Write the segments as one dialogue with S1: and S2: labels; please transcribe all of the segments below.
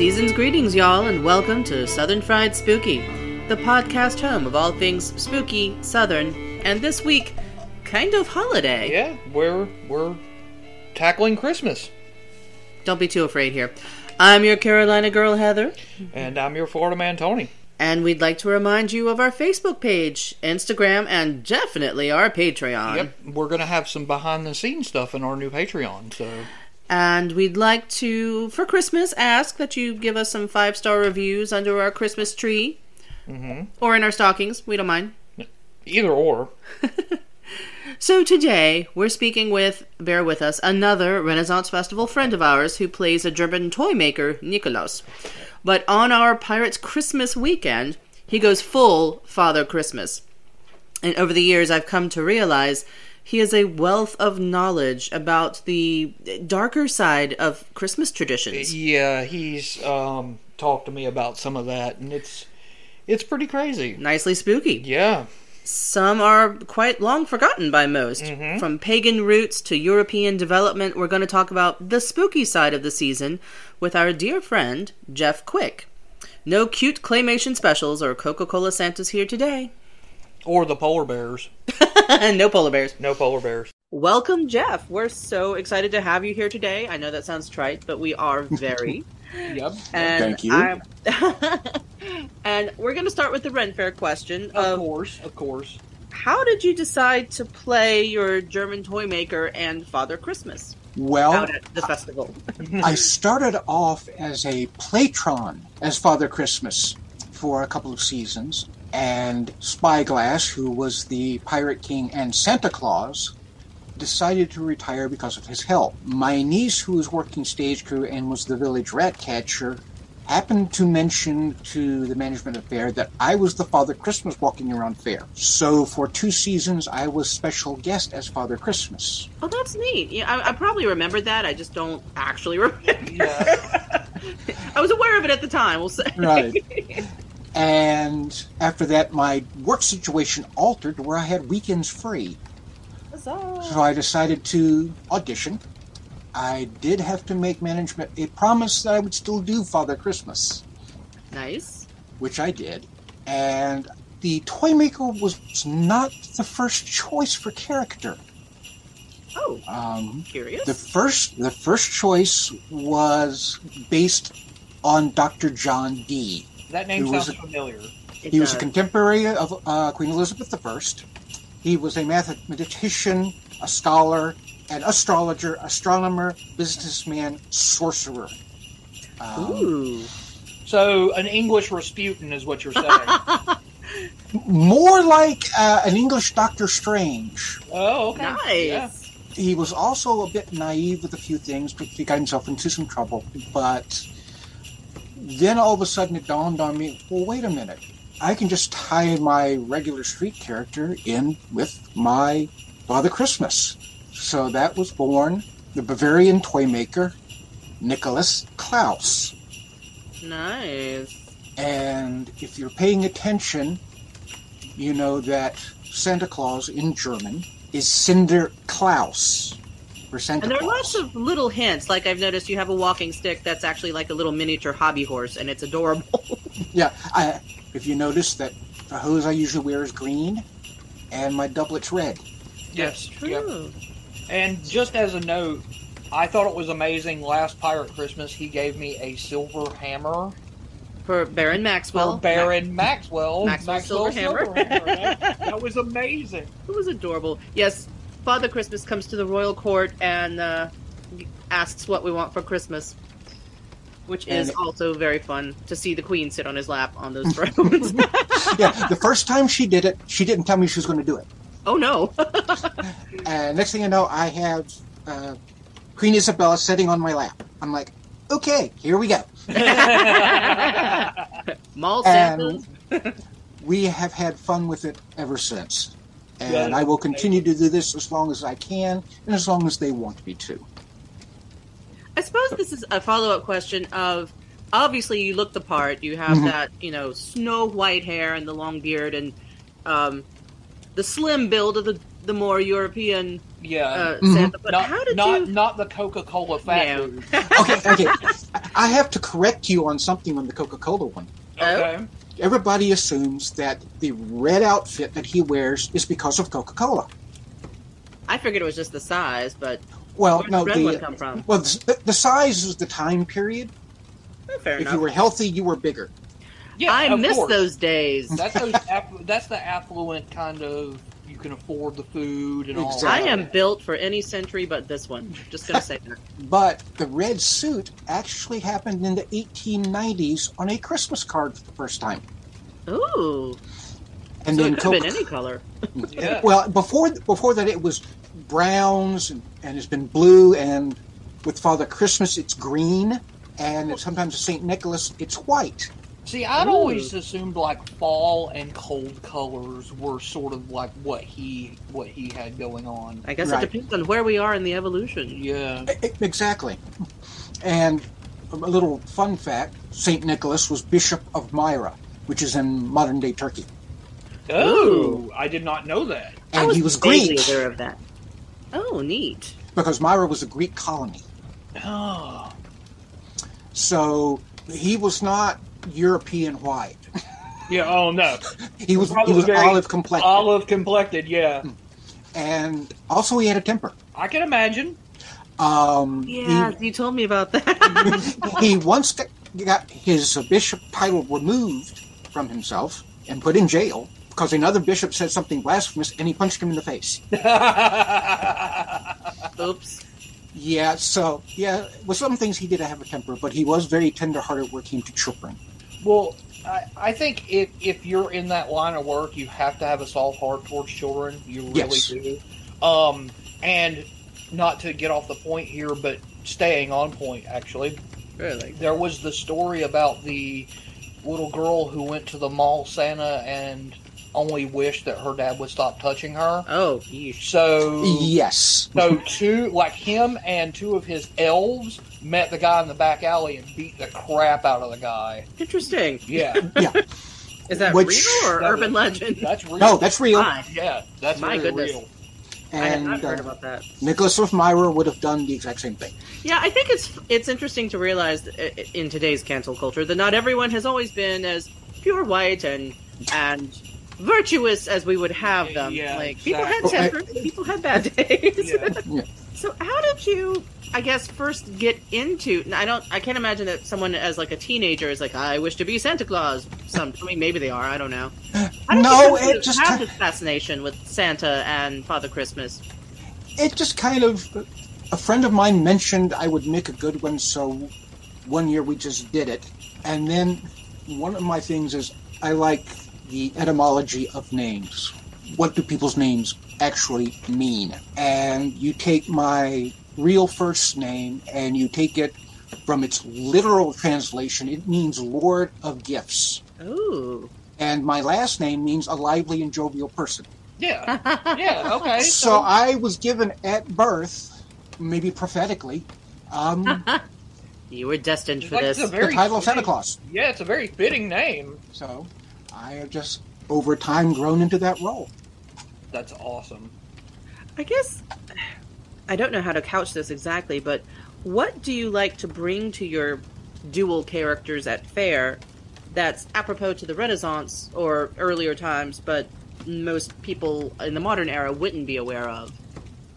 S1: Greetings, y'all, and welcome to Southern Fried Spooky, the podcast home of all things spooky, southern, and this week, kind of holiday.
S2: Yeah, we're we're tackling Christmas,
S1: Don't be too afraid here. I'm your Carolina girl, Heather,
S2: and I'm your Florida man, Tony.
S1: and we'd like to remind you of our Facebook page, Instagram, and definitely our Patreon.
S2: Yep, we're gonna have some behind the scenes stuff in our new Patreon. So
S1: And we'd like to, for Christmas, ask that you give us some five star reviews under our Christmas tree
S2: Mhm.
S1: or in our stockings. We don't mind.
S2: either or,
S1: So today we're speaking with, bear with us, another Renaissance Festival friend of ours who plays a German toy maker, Nikolaus. But on our Pirates Christmas weekend, he goes full Father Christmas. And over the years, I've come to realize he is a wealth of knowledge about the darker side of Christmas traditions.
S2: yeah, he's um, talked to me about some of that, and it's it's pretty crazy.
S1: Nicely spooky.
S2: Yeah,
S1: Some are quite long forgotten by most.
S3: Mm-hmm.
S1: From pagan roots to European development, we're going to talk about the spooky side of the season with our dear friend, Jeff Quick. No cute claymation specials or Coca Cola Santas here today.
S2: or the polar bears.
S1: no polar bears.
S2: No polar bears.
S1: Welcome, Jeff. We're so excited to have you here today. I know that sounds trite, but we are very.
S2: Yep.
S1: and
S3: Thank you.
S1: I'm- and we're going to start with the Ren Fair question
S2: Of
S1: of
S2: course, of course.
S1: How did you decide to play your German toy maker and Father Christmas
S3: Well,
S1: out at the festival?
S3: I started off as a Playtron as Father Christmas for a couple of seasons, and Spyglass, who was the Pirate King and Santa Claus, decided to retire because of his health. My niece, who was working stage crew and was the village rat catcher, happened to mention to the management of fair that I was the Father Christmas walking around fair. So for two seasons, I was special guest as Father Christmas.
S1: Oh, that's neat. Yeah, I, I probably remembered that. I just don't actually remember.
S2: Yeah.
S1: I was aware of it at the time. We'll say.
S3: Right. and after that, my work situation altered to where I had weekends free. So
S1: Huzzah.
S3: I decided to audition. I did have to make management a promise that I would still do Father Christmas,
S1: Nice.
S3: which I did. And the toy maker was not the first choice for character.
S1: Oh,
S3: Um,
S1: curious.
S3: the first, the first choice was based on Dr. John Dee.
S2: that name
S3: Who was
S2: sounds
S3: it?
S2: familiar.
S1: It
S3: He was a
S1: does.
S3: contemporary of uh, Queen Elizabeth I. He was a mathematician, a scholar, an astrologer, astronomer, businessman, sorcerer. Um,
S1: Ooh.
S2: So an English Rasputin is what you're saying.
S3: More like uh, an English Doctor Strange.
S2: oh, okay.
S1: Nice.
S2: Yeah.
S3: He was also a bit naive with a few things, but he got himself into some trouble. But then all of a sudden it dawned on me well, wait a minute. I can just tie my regular street character in with my Father Christmas. So that was born the Bavarian toy maker, Nicholas Klaus.
S1: Nice.
S3: And if you're paying attention, you know that Santa Claus in German is Cinder Klaus. Or Santa
S1: And there are lots
S3: Claus.
S1: of little hints. Like I've noticed, you have a walking stick that's actually like a little miniature hobby horse, and it's adorable.
S3: Yeah, I, if you notice that the hose I usually wear is green, and my doublet's red.
S2: Yes. Yep.
S1: Ooh.
S2: And just as a note, I thought it was amazing. Last Pirate Christmas, he gave me a silver hammer
S1: For Baron Maxwell.
S2: for Baron Maxwell.
S1: Maxwell silver hammer.
S2: That, that was amazing.
S1: It was adorable. Yes, Father Christmas comes to the royal court and uh, asks what we want for Christmas, which is
S3: And-
S1: also very fun to see the queen sit on his lap on those thrones.
S3: yeah, the first time she did it, she didn't tell me she was going to do it.
S1: oh no!
S3: And next thing I know, I have uh, Queen Isabella sitting on my lap. I'm like, okay, here we go.
S1: Uh, Mall
S3: And
S1: Santas.
S3: we have had fun with it ever since. And
S2: Yeah.
S3: I will continue to do this as long as I can, and as long as they want me to.
S1: I suppose this is a follow-up question of. Obviously, you look the part. You have
S3: Mhm.
S1: that, you know, snow white hair and the long beard, and um, the slim build of the the more European
S2: Yeah.
S1: uh,
S3: Mhm.
S1: Santa. But
S2: not
S1: how did
S2: not,
S1: you?
S2: not the Coca Cola fat
S1: No.
S2: dude.
S3: Okay, okay. I have to correct you on something on the Coca Cola one.
S2: Okay.
S1: Oh,
S3: Everybody assumes that the red outfit that he wears is because of Coca Cola.
S1: I figured it was just the size, but
S3: Well,
S1: where did
S3: no,
S1: the red
S3: the
S1: one come from?
S3: well, the, the size is the time period.
S1: Oh, fair
S3: if
S1: enough.
S3: you were healthy, you were bigger.
S2: Yeah,
S1: I
S2: of
S1: miss
S2: course.
S1: those days.
S2: That's those aff- that's the affluent kind of you can afford the food and all.
S1: I
S3: Exactly.
S2: that.
S1: am built for any century but this one. Just gonna say that.
S3: But the red suit actually happened in the 1890s on a Christmas card for the first time.
S1: Ooh,
S3: And
S1: so
S3: then
S1: it could have
S3: Coca-
S1: been any color.
S2: Yeah.
S3: Well, before before that, it was browns and, and it's been blue, and with Father Christmas, it's green, and sometimes Saint Nicholas, it's white.
S2: See, I'd
S1: Ooh.
S2: always assumed like fall and cold colors were sort of like what he what he had going on.
S1: I guess
S3: Right.
S1: it depends on where we are in the evolution.
S2: Yeah.
S3: E- e- Exactly. And a little fun fact: Saint Nicholas was Bishop of Myra, which is in modern day Turkey,
S1: Ooh.
S2: Oh, I did not know that.
S1: I
S3: and
S1: was
S3: he was
S1: vaguely
S3: Greek
S1: aware of that. Oh, neat.
S3: because Myra was a Greek colony.
S2: Oh,
S3: So he was not European white.
S2: yeah. Oh no,
S3: He was he
S2: Probably
S3: was
S2: very
S3: olive complexion,
S2: olive complected. Yeah,
S3: and also he had a temper.
S2: I can imagine.
S3: Um, he-
S1: Yeah, you told me about that.
S3: he once got, got his bishop title removed from himself and put in jail because another bishop said something blasphemous and he punched him in the face.
S1: Oops.
S3: Yeah, so yeah, with some things he did have a temper, but he was very tender-hearted when it came to children.
S2: well, I, I think if if you're in that line of work, you have to have a soft heart towards children. You really
S3: Yes.
S2: do. Um, and not to get off the point here, but staying on point actually.
S1: Really?
S2: there was the story about the little girl who went to the mall Santa and only wished that her dad would stop touching her.
S1: Oh, yeesh.
S2: So
S3: Yes,
S2: so two like him and two of his elves met the guy in the back alley and beat the crap out of the guy.
S1: Interesting.
S2: Yeah.
S1: Is that
S3: Which-
S1: real or
S2: That
S1: urban legend?
S2: That's real.
S3: no, that's real.
S1: My,
S2: yeah, that's
S1: My
S2: very
S1: goodness.
S2: real.
S1: Ah, I had not
S3: And
S1: heard
S3: uh,
S1: about that.
S3: Nicholas of Myra would have done the exact same thing.
S1: Yeah, I think it's it's interesting to realize that i- in today's cancel culture that not everyone has always been as pure white and and virtuous as we would have them.
S2: Yeah,
S1: like people had
S3: exactly.
S1: tempers, and people had bad days.
S2: Yeah.
S1: So how did you, I guess, first get into? I don't. I can't imagine that someone as like a teenager is like, I wish to be Santa Claus. Some. I mean, maybe they are. I don't know. How did
S3: No,
S1: you come to
S3: it just
S1: have
S3: ki-
S1: this fascination with Santa and Father Christmas.
S3: It just kind of a friend of mine mentioned I would make a good one, so one year we just did it. And then one of my things is I like the etymology of names. What do people's names actually mean? And you take my real first name and you take it from its literal translation, it means Lord of Gifts.
S1: Ooh.
S3: And my last name means a lively and jovial person.
S2: Yeah. Yeah, okay.
S3: So I was given at birth, maybe prophetically, um,
S1: You were destined for this.
S2: That's a
S3: the
S2: very
S3: title of Santa
S2: fitting-
S3: Claus.
S2: Yeah, it's a very fitting name.
S3: So I have just over time grown into that role.
S2: That's awesome.
S1: I guess I don't know how to couch this exactly, but what do you like to bring to your dual characters at fair that's apropos to the Renaissance or earlier times, but most people in the modern era wouldn't be aware of?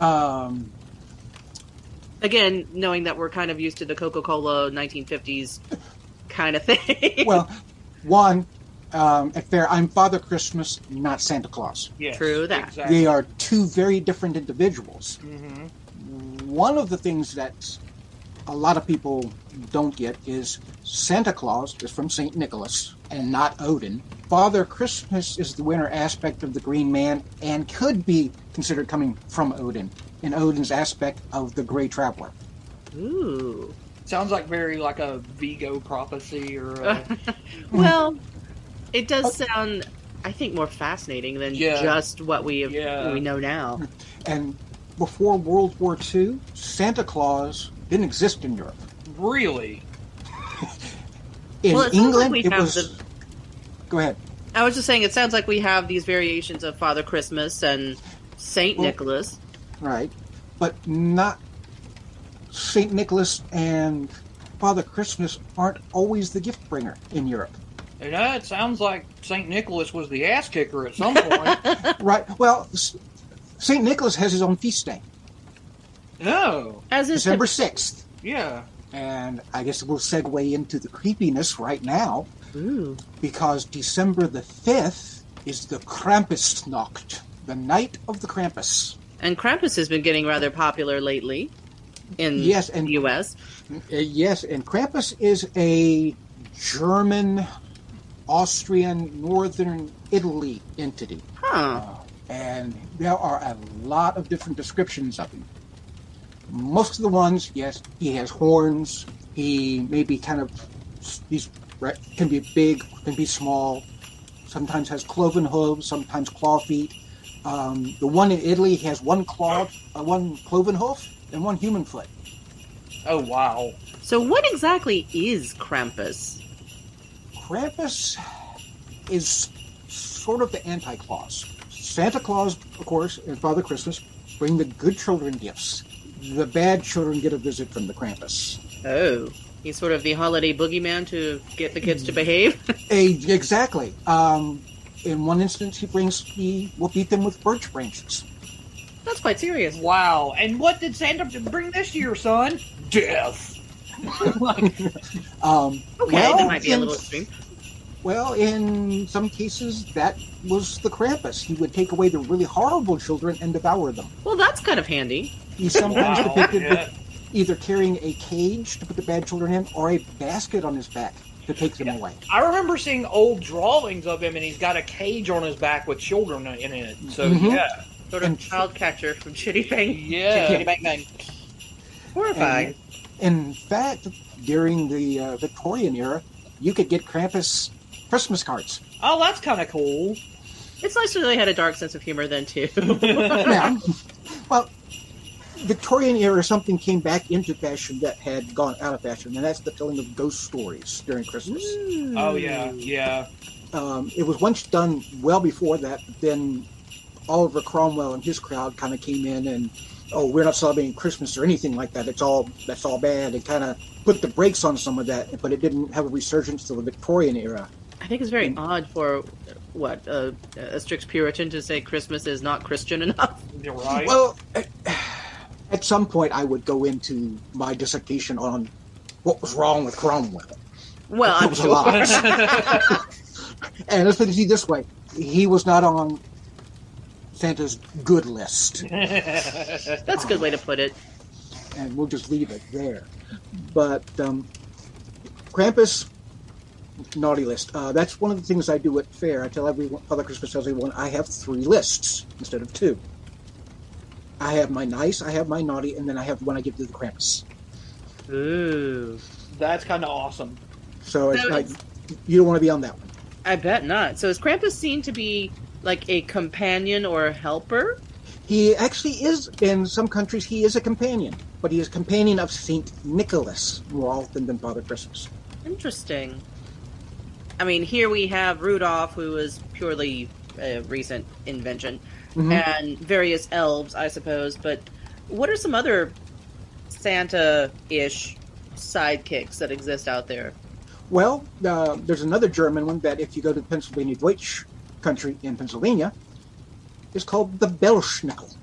S3: Um,
S1: Again, knowing that we're kind of used to the Coca Cola 1950s kind of thing.
S3: well, one um, at fair, I'm Father Christmas, not Santa Claus.
S2: Yes,
S1: True that.
S2: Exactly.
S3: They are two very different individuals.
S2: hmm
S3: One of the things that a lot of people don't get is Santa Claus is from St. Nicholas and not Odin. Father Christmas is the winter aspect of the Green Man and could be considered coming from Odin in Odin's aspect of the Grey Traveler.
S1: Ooh.
S2: Sounds like very like a Vigo prophecy or a,
S1: Well, it does sound, I think, more fascinating than
S2: Yeah.
S1: just what we have,
S2: Yeah.
S1: we know now.
S3: And before World War II, Santa Claus didn't exist in Europe.
S2: really.
S3: In
S1: Well, it sounds like
S3: England,
S1: we
S3: it
S1: have
S3: was.
S1: the-
S3: Go ahead.
S1: I was just saying, it sounds like we have these variations of Father Christmas and Saint
S3: Well-
S1: Nicholas.
S3: right? But not Saint Nicholas and Father Christmas aren't always the gift bringer in Europe,
S2: You know, it sounds like St. Nicholas was the ass kicker at some point.
S3: right? Well, S- Saint Nicholas has his own feast day,
S2: no.
S1: As is
S3: December sixth,
S2: Yeah.
S3: and I guess we'll segue into the creepiness right now
S1: Ooh.
S3: because December the fifth is the Krampusnacht, the night of the Krampus.
S1: And Krampus has been getting rather popular lately in
S3: Yes, and-
S1: the U.S.
S3: Uh, yes, and Krampus is a German, Austrian, Northern Italy entity.
S1: Huh.
S3: and there are a lot of different descriptions of him. Most of the ones, yes, he has horns. He may be kind of he's right, can be big, can be small. Sometimes has cloven hooves, sometimes claw feet. Um, the one in Italy he has one claw, uh, one cloven hoof, and one human foot.
S2: Oh, wow.
S1: So, what exactly is Krampus?
S3: Krampus is sort of the anti Claus. Santa Claus, of course, and Father Christmas bring the good children gifts. The bad children get a visit from the Krampus.
S1: Oh, he's sort of the holiday boogeyman to get the kids to behave.
S3: A, exactly. Um, in one instance, he brings he will beat them with birch branches.
S1: That's quite serious.
S2: Wow. And what did Santa bring this year, son? Death.
S3: Um,
S1: Okay,
S3: well,
S1: that might be a
S3: in-
S1: little extreme.
S3: Well, in some cases, that was the Krampus. He would take away the really horrible children and devour them.
S1: Well, that's kind of handy.
S3: He sometimes
S2: Wow.
S3: depicted with
S2: yeah.
S3: either carrying a cage to put the bad children in or a basket on his back to take them away.
S2: I remember seeing old drawings of him, and he's got a cage on his back with children in it. So,
S3: Mhm.
S2: yeah.
S1: Sort of
S3: And-
S1: child catcher from Oh, Chitty Bang.
S2: Yeah.
S1: Bang Bang. Horrifying.
S3: And in fact, during the uh, Victorian era, you could get Krampus Christmas cards.
S2: Oh, that's kind of cool.
S1: It's nice that they had a dark sense of humor then, too.
S3: now, well, Victorian era, something came back into fashion that had gone out of fashion, and that's the telling of ghost stories during Christmas.
S2: Oh, yeah. Yeah.
S3: Um, it was once done well before that, but then Oliver Cromwell and his crowd kind of came in and, oh, we're not celebrating Christmas or anything like that. It's all that's all bad, and kind of put the brakes on some of that. But it didn't have a resurgence till the Victorian era.
S1: I think it's very odd for uh, what uh, a strict Puritan to say Christmas is not Christian enough.
S2: You're right.
S3: Well, at some point, I would go into my dissertation on what was wrong with Cromwell.
S1: Well,
S3: It
S1: I'm
S3: was a
S1: sure.
S3: lot. and let's put it this way: he was not on Santa's good list.
S1: That's a good way to put it.
S3: and we'll just leave it there. But um, Krampus, naughty list. Uh, that's one of the things I do at fair. I tell everyone, Father Christmas tells everyone, I have three lists instead of two. I have my nice, I have my naughty, and then I have one I give to the Krampus.
S1: Ooh,
S2: that's kind of awesome.
S3: So it's
S1: So
S3: like
S1: it's-
S3: you don't want to be on that one.
S1: I bet not. So is Krampus seen to be like a companion or a helper?
S3: He actually is in some countries. He is a companion, but he is companion of Saint Nicholas more often than Father Christmas.
S1: Interesting. I mean, here we have Rudolph, who is purely a recent invention,
S3: Mhm.
S1: and various elves, I suppose. But what are some other Santa-ish sidekicks that exist out there?
S3: Well, uh, there's another German one that, if you go to Pennsylvania Deutsch country in Pennsylvania, is called the Bellschnickel.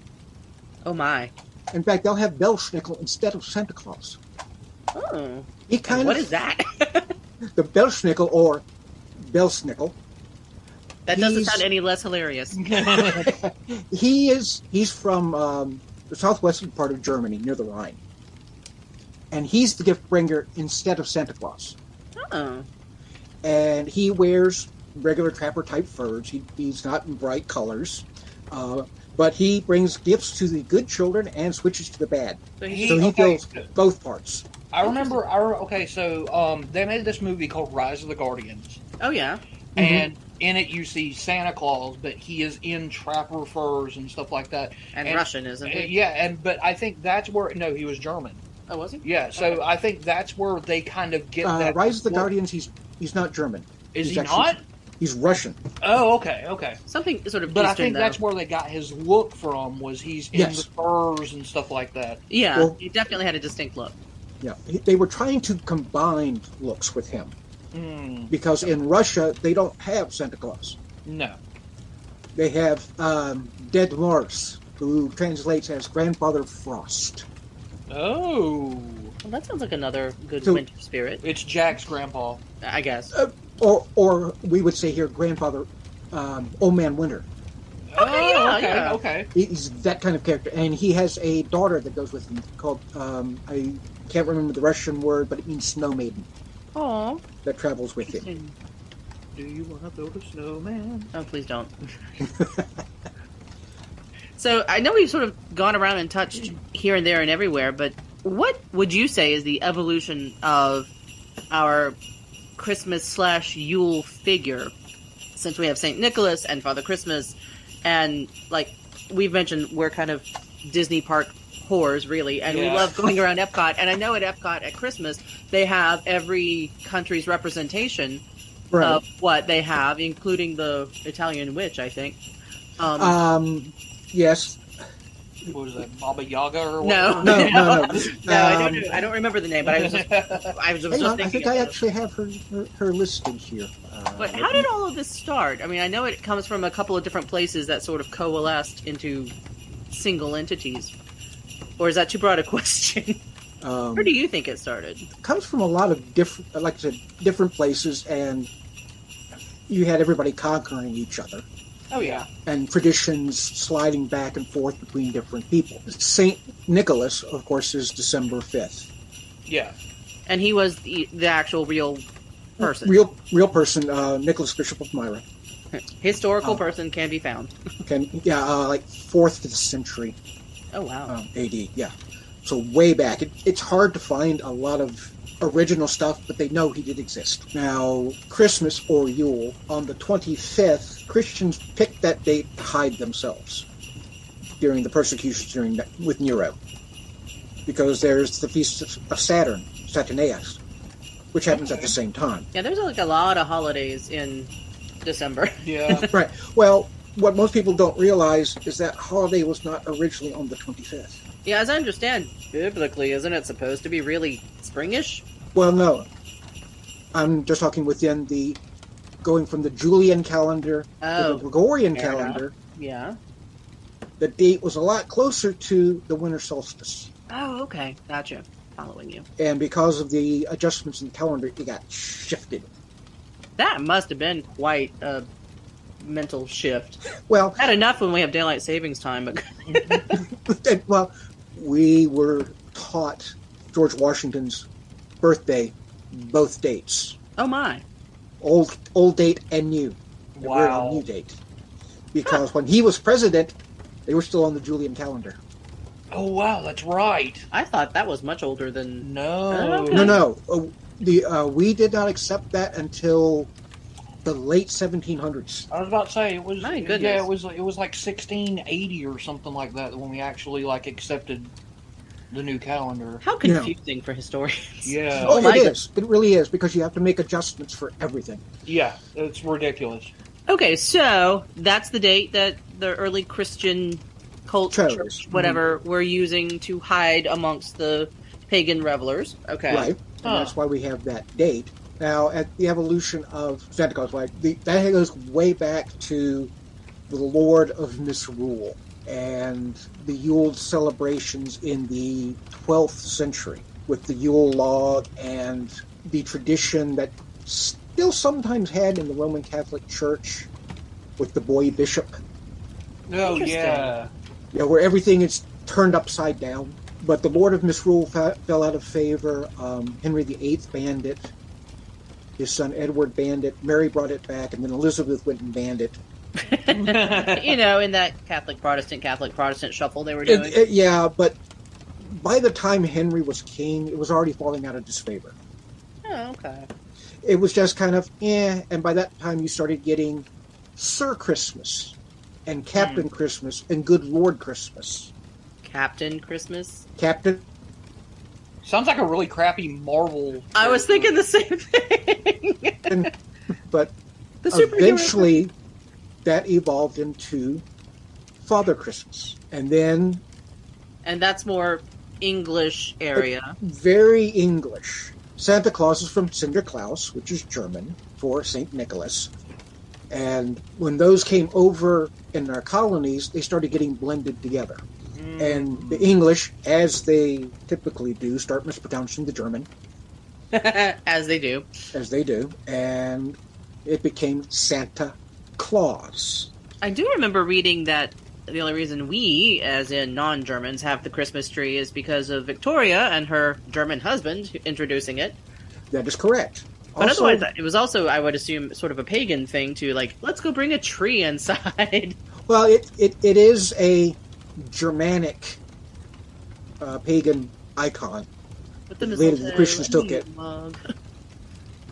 S1: Oh my!
S3: In fact, they'll have Bellschnickel instead of Santa Claus.
S1: Oh,
S3: He kind
S1: and what
S3: of
S1: is that?
S3: the Bellschnickel or Bellschnickel.
S1: that doesn't
S3: He's-
S1: sound any less hilarious.
S3: He is he's from um, the southwestern part of Germany near the Rhine, and he's the gift bringer instead of Santa Claus.
S1: Oh,
S3: and he wears regular trapper type furs. He, he's not in bright colors, uh, but he brings gifts to the good children and switches to the bad.
S1: so
S2: He-
S1: he,
S3: So he
S2: okay.
S3: feels both parts.
S2: I remember. I re- okay, so um, they made this movie called Rise of the Guardians,
S1: oh yeah.
S3: Mm-hmm.
S2: and in it you see Santa Claus, but he is in trapper furs and stuff like that.
S1: And,
S2: And-
S1: Russian, isn't
S2: Uh,
S1: he?
S2: yeah, and but I think that's where no, he was German.
S1: Oh, was he?
S2: Yeah, so
S1: Okay.
S2: I think that's where they kind of get
S3: Uh,
S2: that.
S3: Rise of the
S2: Well,
S3: Guardians. He's he's not German.
S2: Is
S3: he's
S2: he
S3: actually-
S2: not?
S3: He's Russian.
S2: Oh, okay, okay.
S1: Something sort of
S2: But I
S1: Eastern,
S2: think
S1: though.
S2: that's where they got his look from. Was he's in
S3: Yes.
S2: the furs and stuff like that?
S1: yeah,
S3: Well-
S1: he definitely had a distinct look.
S3: Yeah, he- they were trying to combine looks with him
S2: Mm,
S3: because in Russia they don't have Santa Claus.
S2: no.
S3: They have um, Dead Morse, who translates as Grandfather Frost.
S2: Oh,
S1: Well, that sounds like another good
S3: So-
S1: winter spirit,
S2: it's Jack's grandpa.
S1: I guess.
S3: or or we would say here grandfather um, old man winter
S1: Okay,
S2: oh,
S1: yeah,
S2: okay,
S1: yeah.
S2: okay.
S3: He- he's that kind of character and he has a daughter that goes with him called um, i can't remember the russian word but it means snow maiden
S1: Oh,
S3: that travels with him
S1: oh,
S2: Do you want to build a snowman?
S1: please don't. so I know we've sort of gone around and touched here and there and everywhere, but what would you say is the evolution of our Christmas slash Yule figure? Since we have Saint Nicholas and Father Christmas, and like we've mentioned, we're kind of Disney park whores, really, and we
S2: Yeah.
S1: love going around Epcot. And I know at Epcot at Christmas they have every country's representation of what they have, including the Italian witch, I think. Um,
S3: um, yes
S2: What is that, Baba Yaga or
S1: no,
S2: whatever?
S3: no, no, no.
S1: No, I don't.
S3: Um,
S1: know- I don't remember the name, but I was just, I was just
S3: hang on, i
S1: thinking.
S3: think
S1: of
S3: i
S1: it.
S3: actually have her her, her listed here uh,
S1: But how did all of this start? I mean, I know it comes from a couple of different places that sort of coalesced into single entities. Or is that too broad a question?
S3: um,
S1: Where do you think it started?
S3: comes from a lot of different like i said different places and you had everybody conquering each other
S2: Oh yeah.
S3: and traditions sliding back and forth between different people. St. Nicholas, of course, is December 5th.
S2: Yeah.
S1: And he was the, the actual real person.
S3: Real, real person, uh, Nicholas Bishop of Myra.
S1: Historical
S3: Oh.
S1: person can be found.
S3: Can, yeah, uh, like 4th to the century
S1: Oh, wow.
S3: um, AD, yeah. So way back. It, it's hard to find a lot of original stuff, but they know he did exist. Now, Christmas or Yule, on the 25th, Christians picked that date to hide themselves during the persecutions during that, with Nero. Because there's the Feast of Saturn, Saturnaeus, which happens at the same time.
S1: Yeah, there's like a lot of holidays in December.
S2: Yeah.
S3: Right. Well, what most people don't realize is that holiday was not originally on the 25th.
S1: Yeah, as I understand, biblically, isn't it supposed to be really springish?
S3: Well, no. I'm just talking within the going from the Julian calendar to
S1: Oh,
S3: the Gregorian
S1: fair enough.
S3: calendar.
S1: yeah.
S3: The date was a lot closer to the winter solstice,
S1: Oh, okay. Gotcha. Following you.
S3: and because of the adjustments in the calendar, it got shifted.
S1: That must have been quite a mental shift.
S3: Well,
S1: Not enough when we have daylight savings time, but
S3: and- well, we were taught George Washington's birthday, both dates,
S1: oh my.
S3: old old date and new. And we're on
S2: Wow.
S3: new date because when he was president, they were still on the Julian calendar.
S2: Oh wow, that's right.
S1: I thought that was much older than.
S2: No.
S1: Okay.
S3: No, no. Uh, the uh, we did not accept that until the late 1700s.
S2: I was about to say it was.
S1: My
S2: Yeah,
S1: goodness.
S2: it was. It was like 1680 or something like that when we actually like accepted the new calendar.
S1: How
S3: Yeah.
S1: confusing for historians.
S2: Yeah.
S1: Oh,
S3: it
S1: my
S3: is.
S1: goodness.
S3: It really is because you have to make adjustments for everything.
S2: Yeah, it's ridiculous.
S1: Okay, so that's the date that the early Christian cult,
S3: Chose.
S1: church, whatever, were using to hide amongst the pagan revelers. Okay.
S3: Right. And
S2: Huh.
S3: that's why we have that date. Now, at the evolution of Santa Claus, like the, that goes way back to the Lord of Misrule and the Yule celebrations in the 12th century with the Yule log and the tradition that still sometimes had in the Roman Catholic Church with the boy bishop,
S2: Oh
S1: Interesting.
S2: yeah.
S3: you know, where everything is turned upside down. But the Lord of Misrule fa- fell out of favor. Um, Henry VIII banned it. His son Edward banned it. Mary brought it back, and then Elizabeth went and banned it.
S1: you know, in that Catholic Protestant Catholic Protestant shuffle they were doing.
S3: It- it- uh, yeah, but by the time Henry was king, it was already falling out of disfavor.
S1: oh, okay.
S3: It was just kind of eh. And by that time, you started getting Sir Christmas and Captain Christmas and Good Lord Christmas.
S1: Captain Christmas.
S3: Captain,
S2: Sounds like a really crappy Marvel.
S1: I was thinking the same thing.
S3: but
S1: The
S3: eventually that evolved into Father Christmas. And then
S1: and that's more English area.
S3: very English. Santa Claus is from Sinterklaas, which is German for St. Nicholas. And when those came over in our colonies, they started getting blended together. Mm. And the
S1: Hmm.
S3: English, as they typically do, start mispronouncing the German,
S1: As they do.
S3: as they do, and it became Santa Claus.
S1: I do remember reading that the only reason we, as in non Germans, have the Christmas tree is because of Victoria and her German husband introducing it.
S3: That is correct.
S1: But
S3: Also-
S1: otherwise, it was also, I would assume, sort of a pagan thing to like, let's go bring a tree inside.
S3: Well, it, it, it is a Germanic uh, pagan icon.
S1: With the
S3: Later, the
S1: mistletoe
S3: Christians
S1: and
S3: took
S1: the
S3: it.
S1: mug.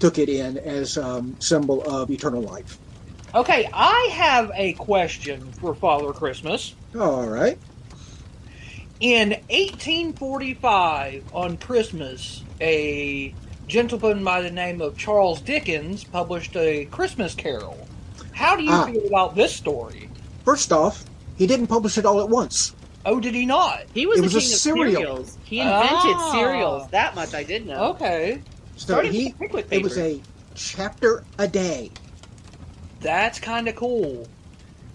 S3: Took it in as um, symbol of eternal life.
S2: Okay, I have a question for Father Christmas.
S3: All right.
S2: In 1845, on Christmas, a gentleman by the name of Charles Dickens published a Christmas Carol. How do you
S3: Ah.
S2: feel about this story?
S3: First off, he didn't publish it all at once.
S2: Oh, did he not?
S1: He was
S3: It
S1: the
S3: was a
S1: king of
S3: cereal.
S1: cereals. He invented
S2: Ah.
S1: cereals. That much I did know.
S2: Okay,
S3: So
S1: Started
S3: he,
S1: with pickwick
S3: it
S1: paper.
S3: was a chapter a day.
S2: that's kind of cool.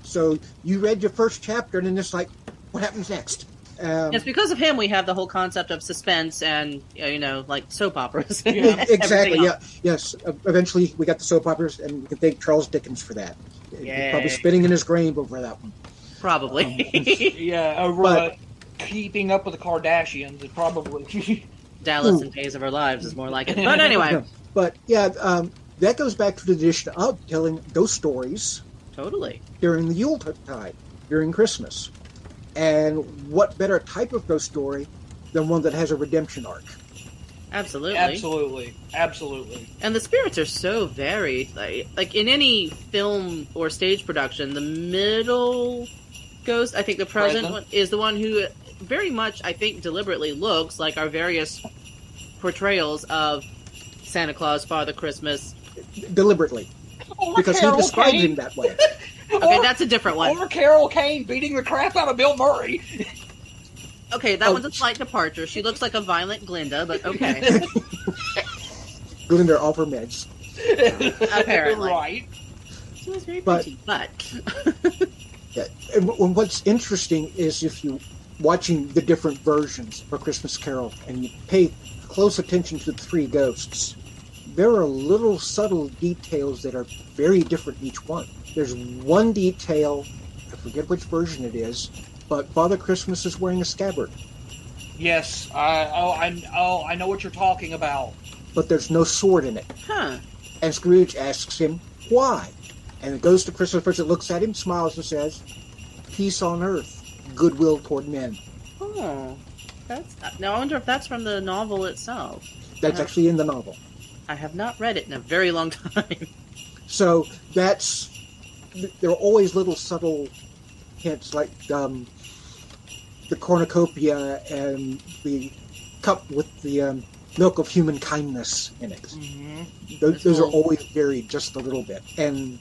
S3: So you read your first chapter, and then it's like, what happens next? Um,
S1: It's because of him we have the whole concept of suspense and uh, you know like soap operas.
S2: Yeah.
S1: and
S3: exactly.
S1: everything
S3: Yeah.
S1: else.
S3: Yes. e- Eventually, we got the soap operas, and we can thank Charles Dickens for that. He's
S1: Yay.
S3: Probably spitting in his grave over that one.
S1: Probably
S2: Yeah, over
S3: But-
S2: uh, keeping up with the Kardashians, it probably.
S1: Dallas and Days of Our Lives is more like it. But anyway,
S3: But yeah, um, that goes back to the tradition of telling ghost stories
S1: totally.
S3: during the Yule tide, during Christmas. And what better type of ghost story than one that has a redemption arc?
S1: Absolutely.
S2: absolutely, absolutely.
S1: And the spirits are so varied. Like, like in any film or stage production, the middle ghost, I think the present,
S2: Present.
S1: one, is the one who very much, I think, deliberately looks like our various portrayals of Santa Claus, Father Christmas.
S3: Deliberately,
S2: Or
S3: because he
S2: Oh, Carol
S3: described
S2: Kane, Oh,
S3: him that way.
S1: Okay,
S2: or,
S1: that's a different one.
S2: or Carol Kane beating the crap out of Bill Murray.
S1: Okay, that
S3: Oh.
S1: one's a slight departure. She looks like a violent Glinda, but okay.
S3: Glinda offer meds.
S1: Apparently.
S2: right.
S1: she was very
S3: But-
S1: pretty, but
S3: Yeah. And wh- and what's interesting is if you watching the different versions of A Christmas Carol and you pay close attention to the three ghosts, there are little subtle details that are very different in each one. There's one detail, I forget which version it is, but Father Christmas is wearing a scabbard,
S2: Yes. I, oh, I, oh, I know what you're talking about.
S3: but there's no sword in it.
S1: huh?
S3: And Scrooge asks him why. And it goes to Christmas Prince, looks at him, smiles, and says, Peace on earth, goodwill toward men.
S1: Oh, that's now. I wonder if that's from the novel itself.
S3: That's
S1: Yeah.
S3: actually in the novel.
S1: I have not read it in a very long time.
S3: So that's there are always little subtle hints like um, the cornucopia and the cup with the um, milk of human kindness in it.
S2: Mm-hmm.
S3: Those, those are
S1: Cool.
S3: always varied just a little bit. And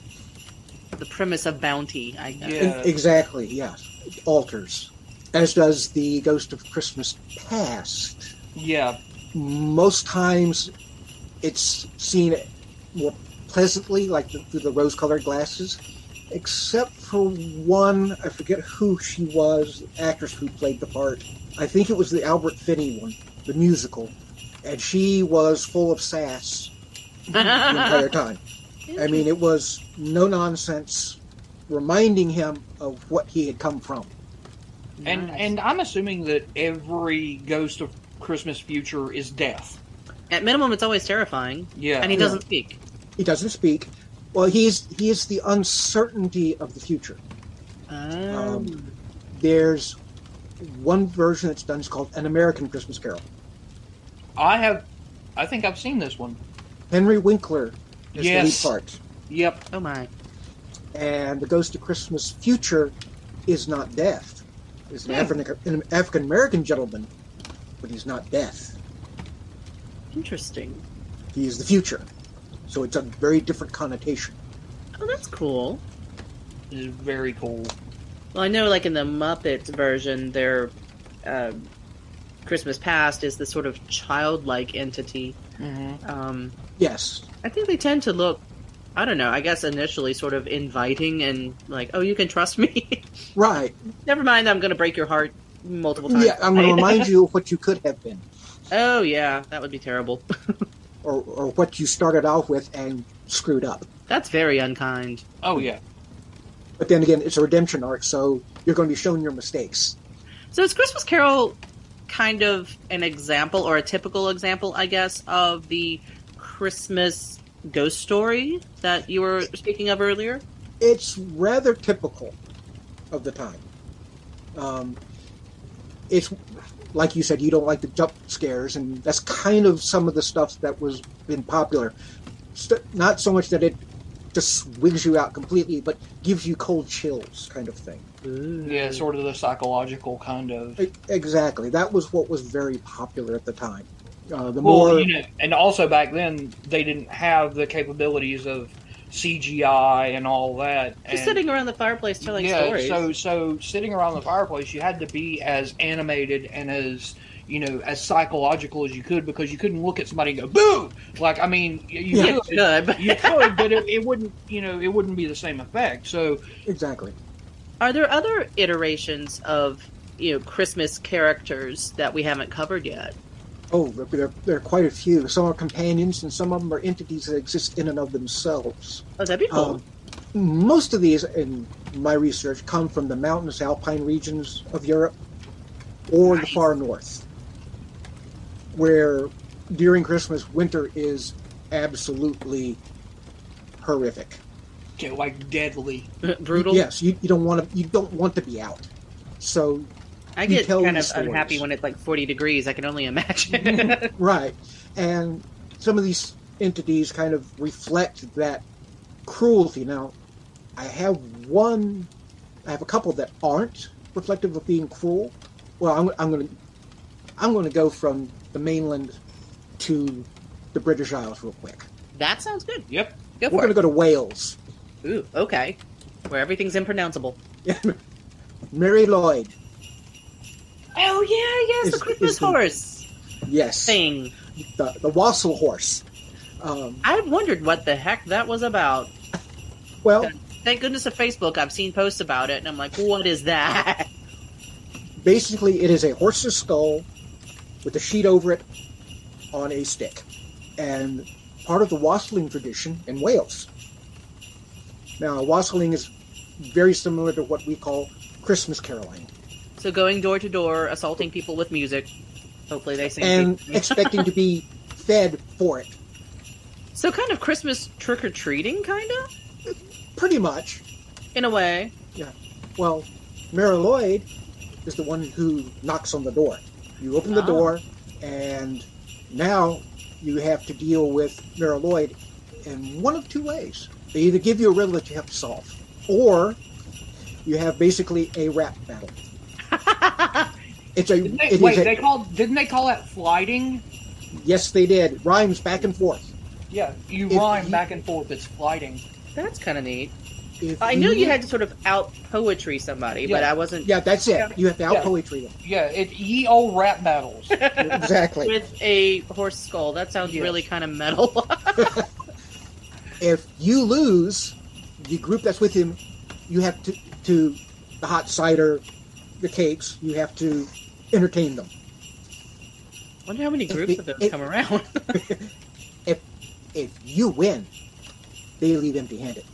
S1: the premise of bounty, I guess.
S2: Yeah.
S3: exactly, yes, it alters. As does the Ghost of Christmas Past.
S2: Yeah.
S3: Most times, it's seen more pleasantly, like the, through the rose-colored glasses, except for one. I forget who she was, actress who played the part. I think it was the Albert Finney one, the musical, and she was full of sass the entire time. I mean, it was no nonsense, reminding him of what he had come from.
S2: And
S1: Nice.
S2: and I'm assuming that every ghost of Christmas future is death.
S1: at minimum, it's always terrifying,
S2: Yeah.
S1: and he
S3: Yeah.
S1: doesn't speak.
S3: He doesn't speak. Well, he's he is the uncertainty of the future.
S1: Um,
S3: Um, There's one version that's done. It's called An American Christmas Carol.
S2: I have. I think I've seen this one.
S3: Henry Winkler is
S2: Yes.
S3: the lead part,
S2: Yep.
S1: oh my!
S3: and the Ghost of Christmas Future is not deaf. It's an
S2: Hmm.
S3: African an African American gentleman, but he's not deaf.
S1: Interesting.
S3: He is the future, so it's a very different connotation.
S1: Oh, that's cool.
S2: It's very cool.
S1: Well, I know, like in the Muppets version, their um Christmas past is this sort of childlike entity.
S2: Mm-hmm.
S1: Um,
S3: Yes.
S1: I think they tend to look, I don't know, I guess initially sort of inviting and like, oh, you can trust me.
S3: Right.
S1: Never mind, I'm going to break your heart multiple times.
S3: Yeah, I'm going to remind you of what you could have been,
S1: oh, yeah, that would be terrible.
S3: or, or what you started out with and screwed up.
S1: That's very unkind.
S2: Oh yeah.
S3: But then again, it's a redemption arc, so you're going to be shown your mistakes.
S1: So is Christmas Carol kind of an example or a typical example, I guess, of the Christmas ghost story that you were speaking of earlier?
S3: It's rather typical of the time. Um, it's like you said, you don't like the jump scares, and that's kind of some of the stuff that was been popular. St- not so much that it just wigs you out completely, but gives you cold chills, kind of thing.
S2: Yeah,
S1: Mm-hmm.
S2: sort of the psychological kind of.
S3: E- Exactly. That was what was very popular at the time. Uh, the
S2: Well,
S3: more,
S2: you know, and also back then they didn't have the capabilities of CGI and all that.
S1: Just
S2: and-
S1: sitting around the fireplace telling
S2: yeah,
S1: stories.
S2: so so sitting around the fireplace, you had to be as animated and as you know as psychological as you could because you couldn't look at somebody and go boo. Like I mean, you
S3: Yeah.
S1: You
S2: could,
S1: should, but-
S2: you could, but it, it wouldn't. You know, it wouldn't be the same effect. So
S3: exactly.
S1: Are there other iterations of you know Christmas characters that we haven't covered yet?
S3: Oh, there, there, there are quite a few. Some are companions, and some of them are entities that exist in and of themselves.
S1: Oh, that'd be cool.
S3: Um, most of these, in my research, come from the mountainous alpine regions of Europe or the
S1: Nice.
S3: far north, where during Christmas, winter is absolutely horrific.
S2: you know, like deadly.
S3: Um,
S1: Brutal.
S3: Yes, you, you don't want to you don't want to be out. So
S1: I
S3: you
S1: get
S3: tell
S1: kind of
S3: these
S1: unhappy
S3: stories.
S1: when it's like 40 degrees. I can only imagine.
S3: Right. And some of these entities kind of reflect that cruelty. Now, I have one, I have a couple that aren't reflective of being cruel. Well, I'm, I'm going to, I'm going to go from the mainland to the British Isles real quick.
S1: that sounds good.
S2: Yep.
S1: Go
S3: We're
S1: for
S3: going to
S1: it.
S3: go to Wales.
S1: Ooh, okay. Where everything's impronounceable.
S3: Mary Lloyd.
S1: Oh yeah, yes, the
S3: Is-
S1: Christmas
S3: is the-
S1: horse
S3: Yes.
S1: thing.
S3: The, the wassail horse. Um,
S1: I wondered what the heck that was about.
S3: well,
S1: Thank goodness of Facebook. I've seen posts about it, and I'm like, what is that?
S3: basically it is a horse's skull with a sheet over it on a stick and part of the wassailing tradition in wales now wassailing is very similar to what we call christmas caroling
S1: So going door to door, assaulting people with music. Hopefully they sing.
S3: and
S1: people-
S3: expecting to be fed for it
S1: so kind of Christmas trick or treating, kind of
S3: pretty much
S1: in a way.
S3: well mary lloyd is the one who knocks on the door you open the
S1: Ah.
S3: door and now you have to deal with Mariloid in one of two ways. They either give you a riddle that you have to solve, or you have basically a rap battle. It's a,
S2: Didn't
S3: it
S2: they,
S3: is
S2: wait,
S3: a-
S2: they called didn't they call that flighting?
S3: yes, they did. Rhymes back and forth.
S2: Yeah, you
S3: If
S2: rhyme
S3: you-
S2: back and forth. It's flighting.
S1: That's kind of neat.
S3: If
S1: I knew you had to sort of out poetry somebody, but
S2: Yeah.
S1: I wasn't
S3: Yeah, that's it. You have to out
S2: Yeah.
S3: poetry them.
S2: Yeah, it ye old rap battles.
S3: Exactly.
S1: with a horse skull. That sounds
S2: Yes.
S1: really kind of metal.
S3: if you lose, the group that's with him, you have to to the hot cider, the cakes. You have to entertain them.
S1: Wonder how many groups of those
S3: It-
S1: come around.
S3: If you win, they leave empty-handed.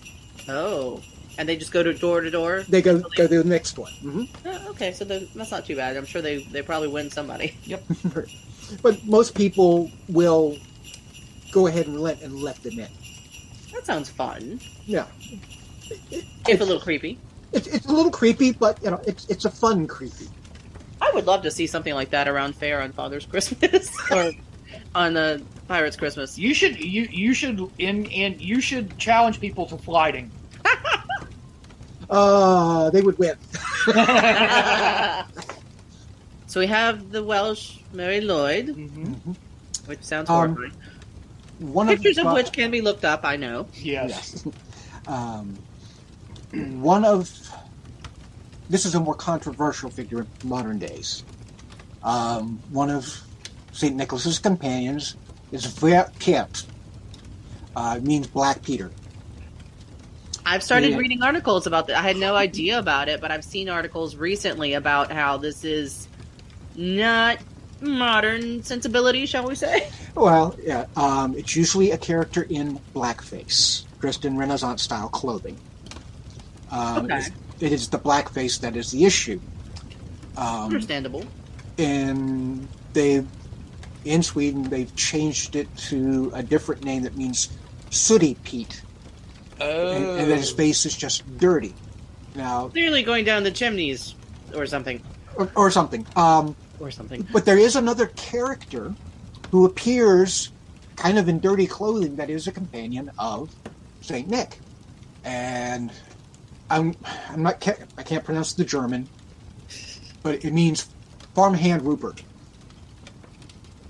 S1: oh, and they just go to door to door.
S3: They go go to the next one. hmm
S1: Oh, okay, so the, that's not too bad. I'm sure they they probably win somebody.
S3: But most people will go ahead and relent and let them in.
S1: That sounds fun,
S3: Yeah,
S1: if a little creepy.
S3: it's, it's a little creepy, but you know, it's it's a fun creepy.
S1: I would love to see something like that around fair on Father's Christmas or on the Pirates Christmas.
S2: You should you you should in in you should challenge people to flighting.
S3: Uh, they would win.
S2: Mm-hmm.
S1: so we have the Welsh Mary Lloyd,
S2: Mhm.
S1: which sounds
S3: Um,
S1: horrifying.
S3: One
S1: Pictures of
S3: the-
S1: which can be looked up, I know.
S2: Yes.
S3: Yes. Um, one of this is a more controversial figure in modern days. Um, one of St. Nicholas's companions is Verkehrt. Uh, it means Black Peter.
S1: I've started
S3: Yeah.
S1: reading articles about that. I had no idea about it, but I've seen articles recently about how this is not modern sensibility, shall we say?
S3: Well, yeah, um, it's usually a character in blackface, dressed in Renaissance style clothing. Um,
S1: Okay.
S3: it's- It is the blackface that is the issue. Um,
S1: Understandable.
S3: and they, in Sweden, they've changed it to a different name that means Sooty Pete,
S2: Oh.
S3: and, and that his face is just dirty. Now,
S1: Clearly going down the chimneys or something.
S3: or, or something. Um,
S1: Or something.
S3: But there is another character who appears kind of in dirty clothing that is a companion of Saint Nick. And I'm I'm not ca- I can't pronounce the German, but it means farmhand Rupert.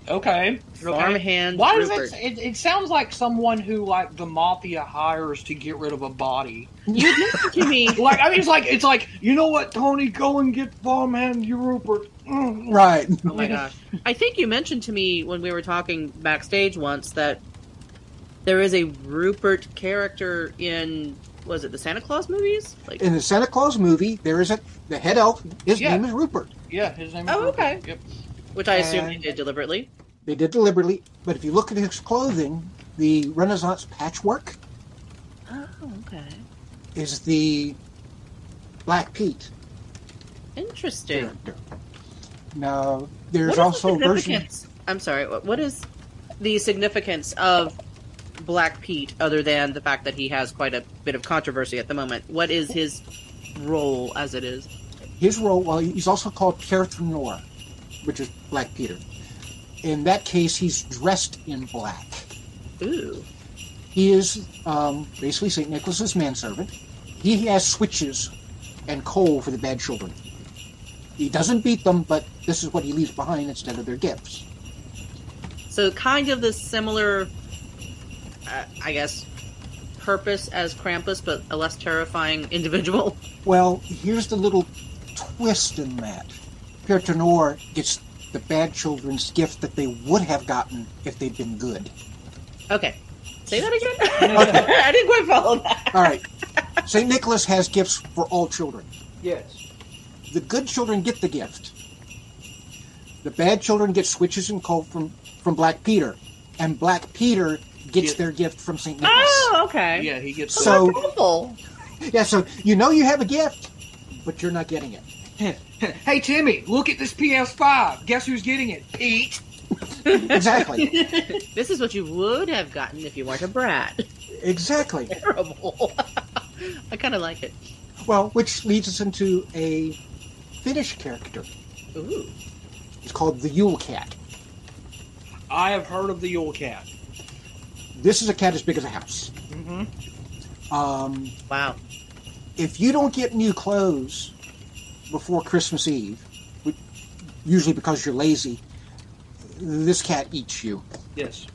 S2: Okay. okay.
S1: Farmhand.
S2: Why does
S1: Rupert.
S2: it, it? It sounds like someone who like the mafia hires to get rid of a body.
S1: You mentioned to me.
S2: Like I mean, it's like it's like you know what, Tony, go and get farmhand you Rupert. Mm.
S3: Right.
S1: Oh my gosh. I think you mentioned to me when we were talking backstage once that there is a Rupert character in was it the Santa Claus movies? Like
S3: In the Santa Claus movie, there is a the head elf. His
S2: Yeah.
S3: name is Rupert.
S2: Yeah, his name.
S1: Oh,
S2: is Rupert.
S1: okay.
S2: Yep.
S1: which I assume they
S3: Uh,
S1: did deliberately.
S3: They did deliberately, but if you look at his clothing, the Renaissance patchwork
S1: Oh, okay.
S3: is the Black Pete
S1: Interesting.
S3: character. Now,
S1: What
S3: there's
S1: is the
S3: also a version.
S1: significance- I'm sorry. What, what is the significance of Black Pete other than the fact that he has quite a bit of controversy at the moment? What is his role as it is?
S3: His role, well, he's also called Pierre Noir, which is Black Peter. In that case, he's dressed in black.
S1: Ooh.
S3: He is um, basically St. Nicholas's manservant. He has switches and coal for the bad children. He doesn't beat them, but this is what he leaves behind instead of their gifts.
S1: So kind of the similar, uh, I guess, purpose as Krampus, but a less terrifying individual.
S3: Well, here's the little twist in that. Pierre Noir gets the bad children's gift that they would have gotten if they'd been good.
S1: Okay, say that again. I didn't quite follow that.
S3: All right. St. Nicholas has gifts for all children.
S2: Yes.
S3: the good children get the gift. The bad children get switches and coal from, from Black Peter, and Black Peter gets
S2: Yeah.
S3: their gift from St. Nicholas.
S1: Oh, okay.
S2: Yeah, he gets.
S3: So-
S1: that's awful.
S3: Yeah, so you know you have a gift, but you're not getting it.
S2: hey Timmy, look at this PS5. Guess who's getting it? Pete.
S3: Exactly.
S1: This is what you would have gotten if you weren't a brat.
S3: exactly.
S1: Terrible. I kind of like it.
S3: Well, which leads us into a Finnish character.
S1: Ooh.
S3: It's called the Yule Cat.
S2: I have heard of the Yule Cat.
S3: This is a cat as big as a house.
S2: Mm-hmm.
S3: Um,
S1: Wow.
S3: if you don't get new clothes before Christmas Eve, which- usually because you're lazy, this cat eats you.
S2: Yes.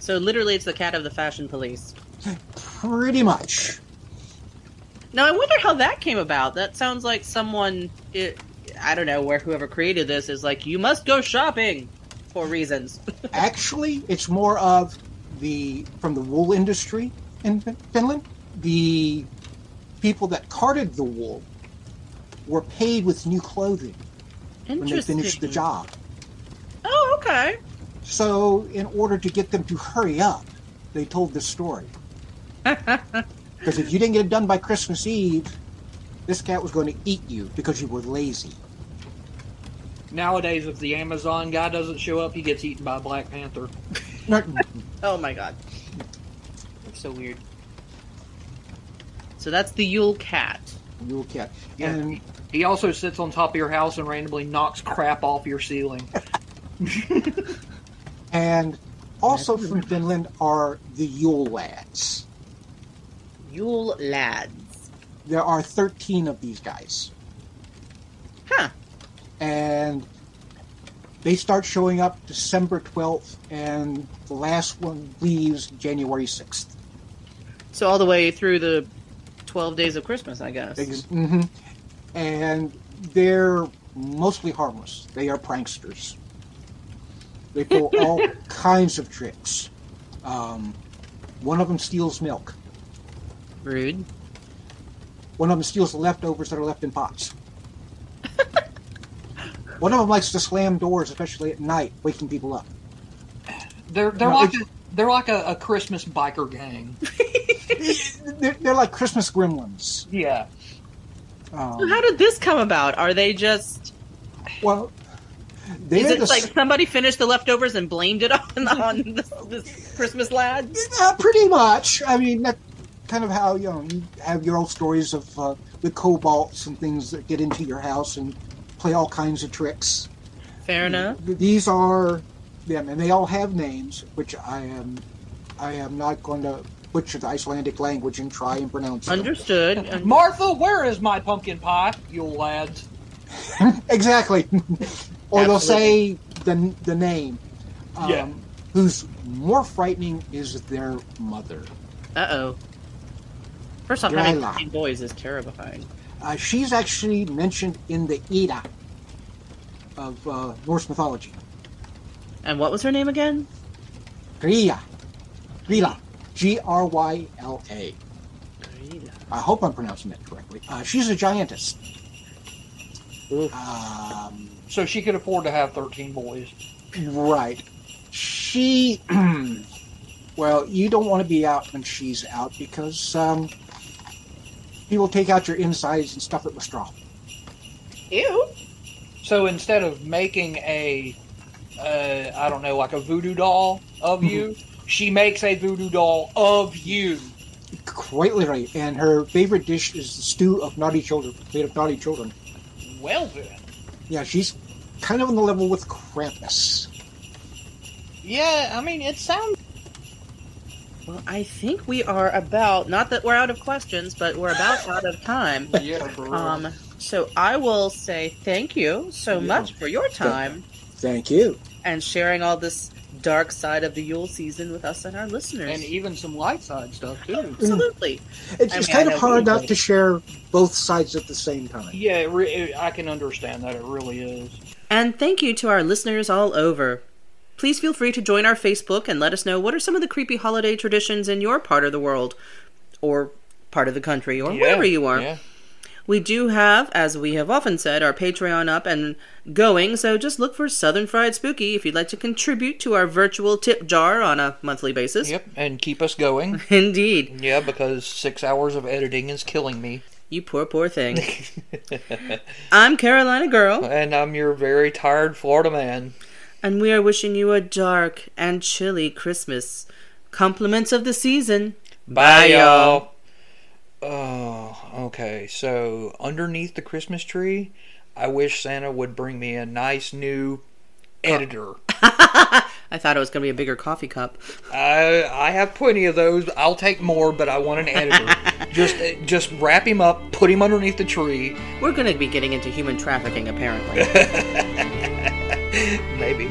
S1: So literally, it's the cat of the fashion police.
S3: Pretty much.
S1: Now I wonder how that came about. That sounds like someone it, I don't know where whoever created this is like you must go shopping for reasons.
S3: Actually, it's more of the from the wool industry in Fin- Finland. The people that carted the wool were paid with new clothing when they
S1: Interesting.
S3: finished the job.
S1: Oh, okay.
S3: So, in order to get them to hurry up, they told this story. Because if you didn't get it done by Christmas Eve, this cat was going to eat you because you were lazy.
S2: Nowadays, if the Amazon guy doesn't show up, he gets eaten by a Black Panther.
S3: Not-
S1: Oh my god. That's so weird. So that's the Yule cat.
S3: Yule cat.
S2: Yeah.
S3: And
S2: He also sits on top of your house and randomly knocks crap off your ceiling.
S3: and also from Finland are the Yule lads.
S1: Yule lads.
S3: There are 13 of these guys.
S1: Huh.
S3: And they start showing up December 12th, and the last one leaves January 6th.
S1: So all the way through the twelve days of Christmas, I guess.
S3: hmm And they're mostly harmless. They are pranksters. They pull all kinds of tricks. Um, one of them steals milk.
S1: Rude.
S3: One of them steals the leftovers that are left in pots. one of them likes to slam doors, especially at night, waking people up.
S2: They're they're
S3: No,
S2: like a, they're like a, a Christmas biker gang.
S3: They're, they're like Christmas gremlins.
S2: Yeah.
S1: So
S3: Um,
S1: how did this come about? Are they just?
S3: well,
S1: Is
S3: they're
S1: it
S3: the,
S1: like
S3: s-
S1: somebody finished the leftovers and blamed it on on this, this Christmas lad?
S3: Uh, pretty much. I mean, that's kind of how you know you have your old stories of uh, the kobolds and things that get into your house and play all kinds of tricks.
S1: Fair enough.
S3: These are them, and they all have names, which I am, I am not going to butcher the Icelandic language and try and pronounce them.
S1: Understood. Un-
S2: Martha, where is my pumpkin pie, you lads?
S3: exactly. or they'll say the the name. Um,
S2: Yeah.
S3: Who's more frightening is their mother.
S1: Uh oh. First off,
S3: Drylock.
S1: having boys is terrifying.
S3: Uh, she's actually mentioned in the Edda of uh, Norse mythology.
S1: And what was her name again?
S3: Grilla. Grilla. G R Y L A. I hope I'm pronouncing that correctly. Uh, she's a giantess.
S1: Oof.
S3: Um,
S2: So she could afford to have thirteen boys.
S3: right. She. well, you don't want to be out when she's out because um, he will take out your insides and stuff it with straw.
S1: Ew.
S2: So instead of making a, uh, I don't know, like a voodoo doll of you, she makes a voodoo doll of you.
S3: Quite literally. And her favorite dish is the stew of naughty children, made of naughty children.
S2: Well then,
S3: Yeah, she's kind of on the level with Krampus.
S2: yeah. I mean, it sounds.
S1: Well, I think we are about, not that we're out of questions, but we're about out of time.
S2: Yeah, bro.
S1: Um, so I will say thank you so
S3: Yeah.
S1: much for your time
S3: Thank you.
S1: and sharing all this dark side of the Yule season with us and our listeners.
S2: and Mm. even some light side stuff too.
S1: Absolutely.
S3: It's,
S1: I
S3: it's
S1: mean, I
S3: kind
S1: know
S3: of hard
S1: what you
S3: not to share both sides at the same time.
S2: Yeah, it re- it, I can understand that. It really is.
S1: And thank you to our listeners all over. Please feel free to join our Facebook and let us know what are some of the creepy holiday traditions in your part of the world or part of the country or wherever you are.
S2: Yeah.
S1: We do have, as we have often said, our Patreon up and going, so just look for Southern Fried Spooky if you'd like to contribute to our virtual tip jar on a monthly basis.
S2: Yep, and keep us going.
S1: Indeed.
S2: Yeah, because six hours of editing is killing me.
S1: You poor, poor thing. I'm Carolina Girl,
S2: And I'm your very tired Florida man.
S1: and we are wishing you a dark and chilly Christmas. Compliments of the season.
S2: Bye, y'all. Oh, okay. So, underneath the Christmas tree, I wish Santa would bring me a nice new editor.
S1: I thought it was going to be a bigger coffee cup.
S2: I I have plenty of those. I'll take more, but I want an editor. just just wrap him up, put him underneath the tree,
S1: We're going to be getting into human trafficking, apparently.
S2: maybe.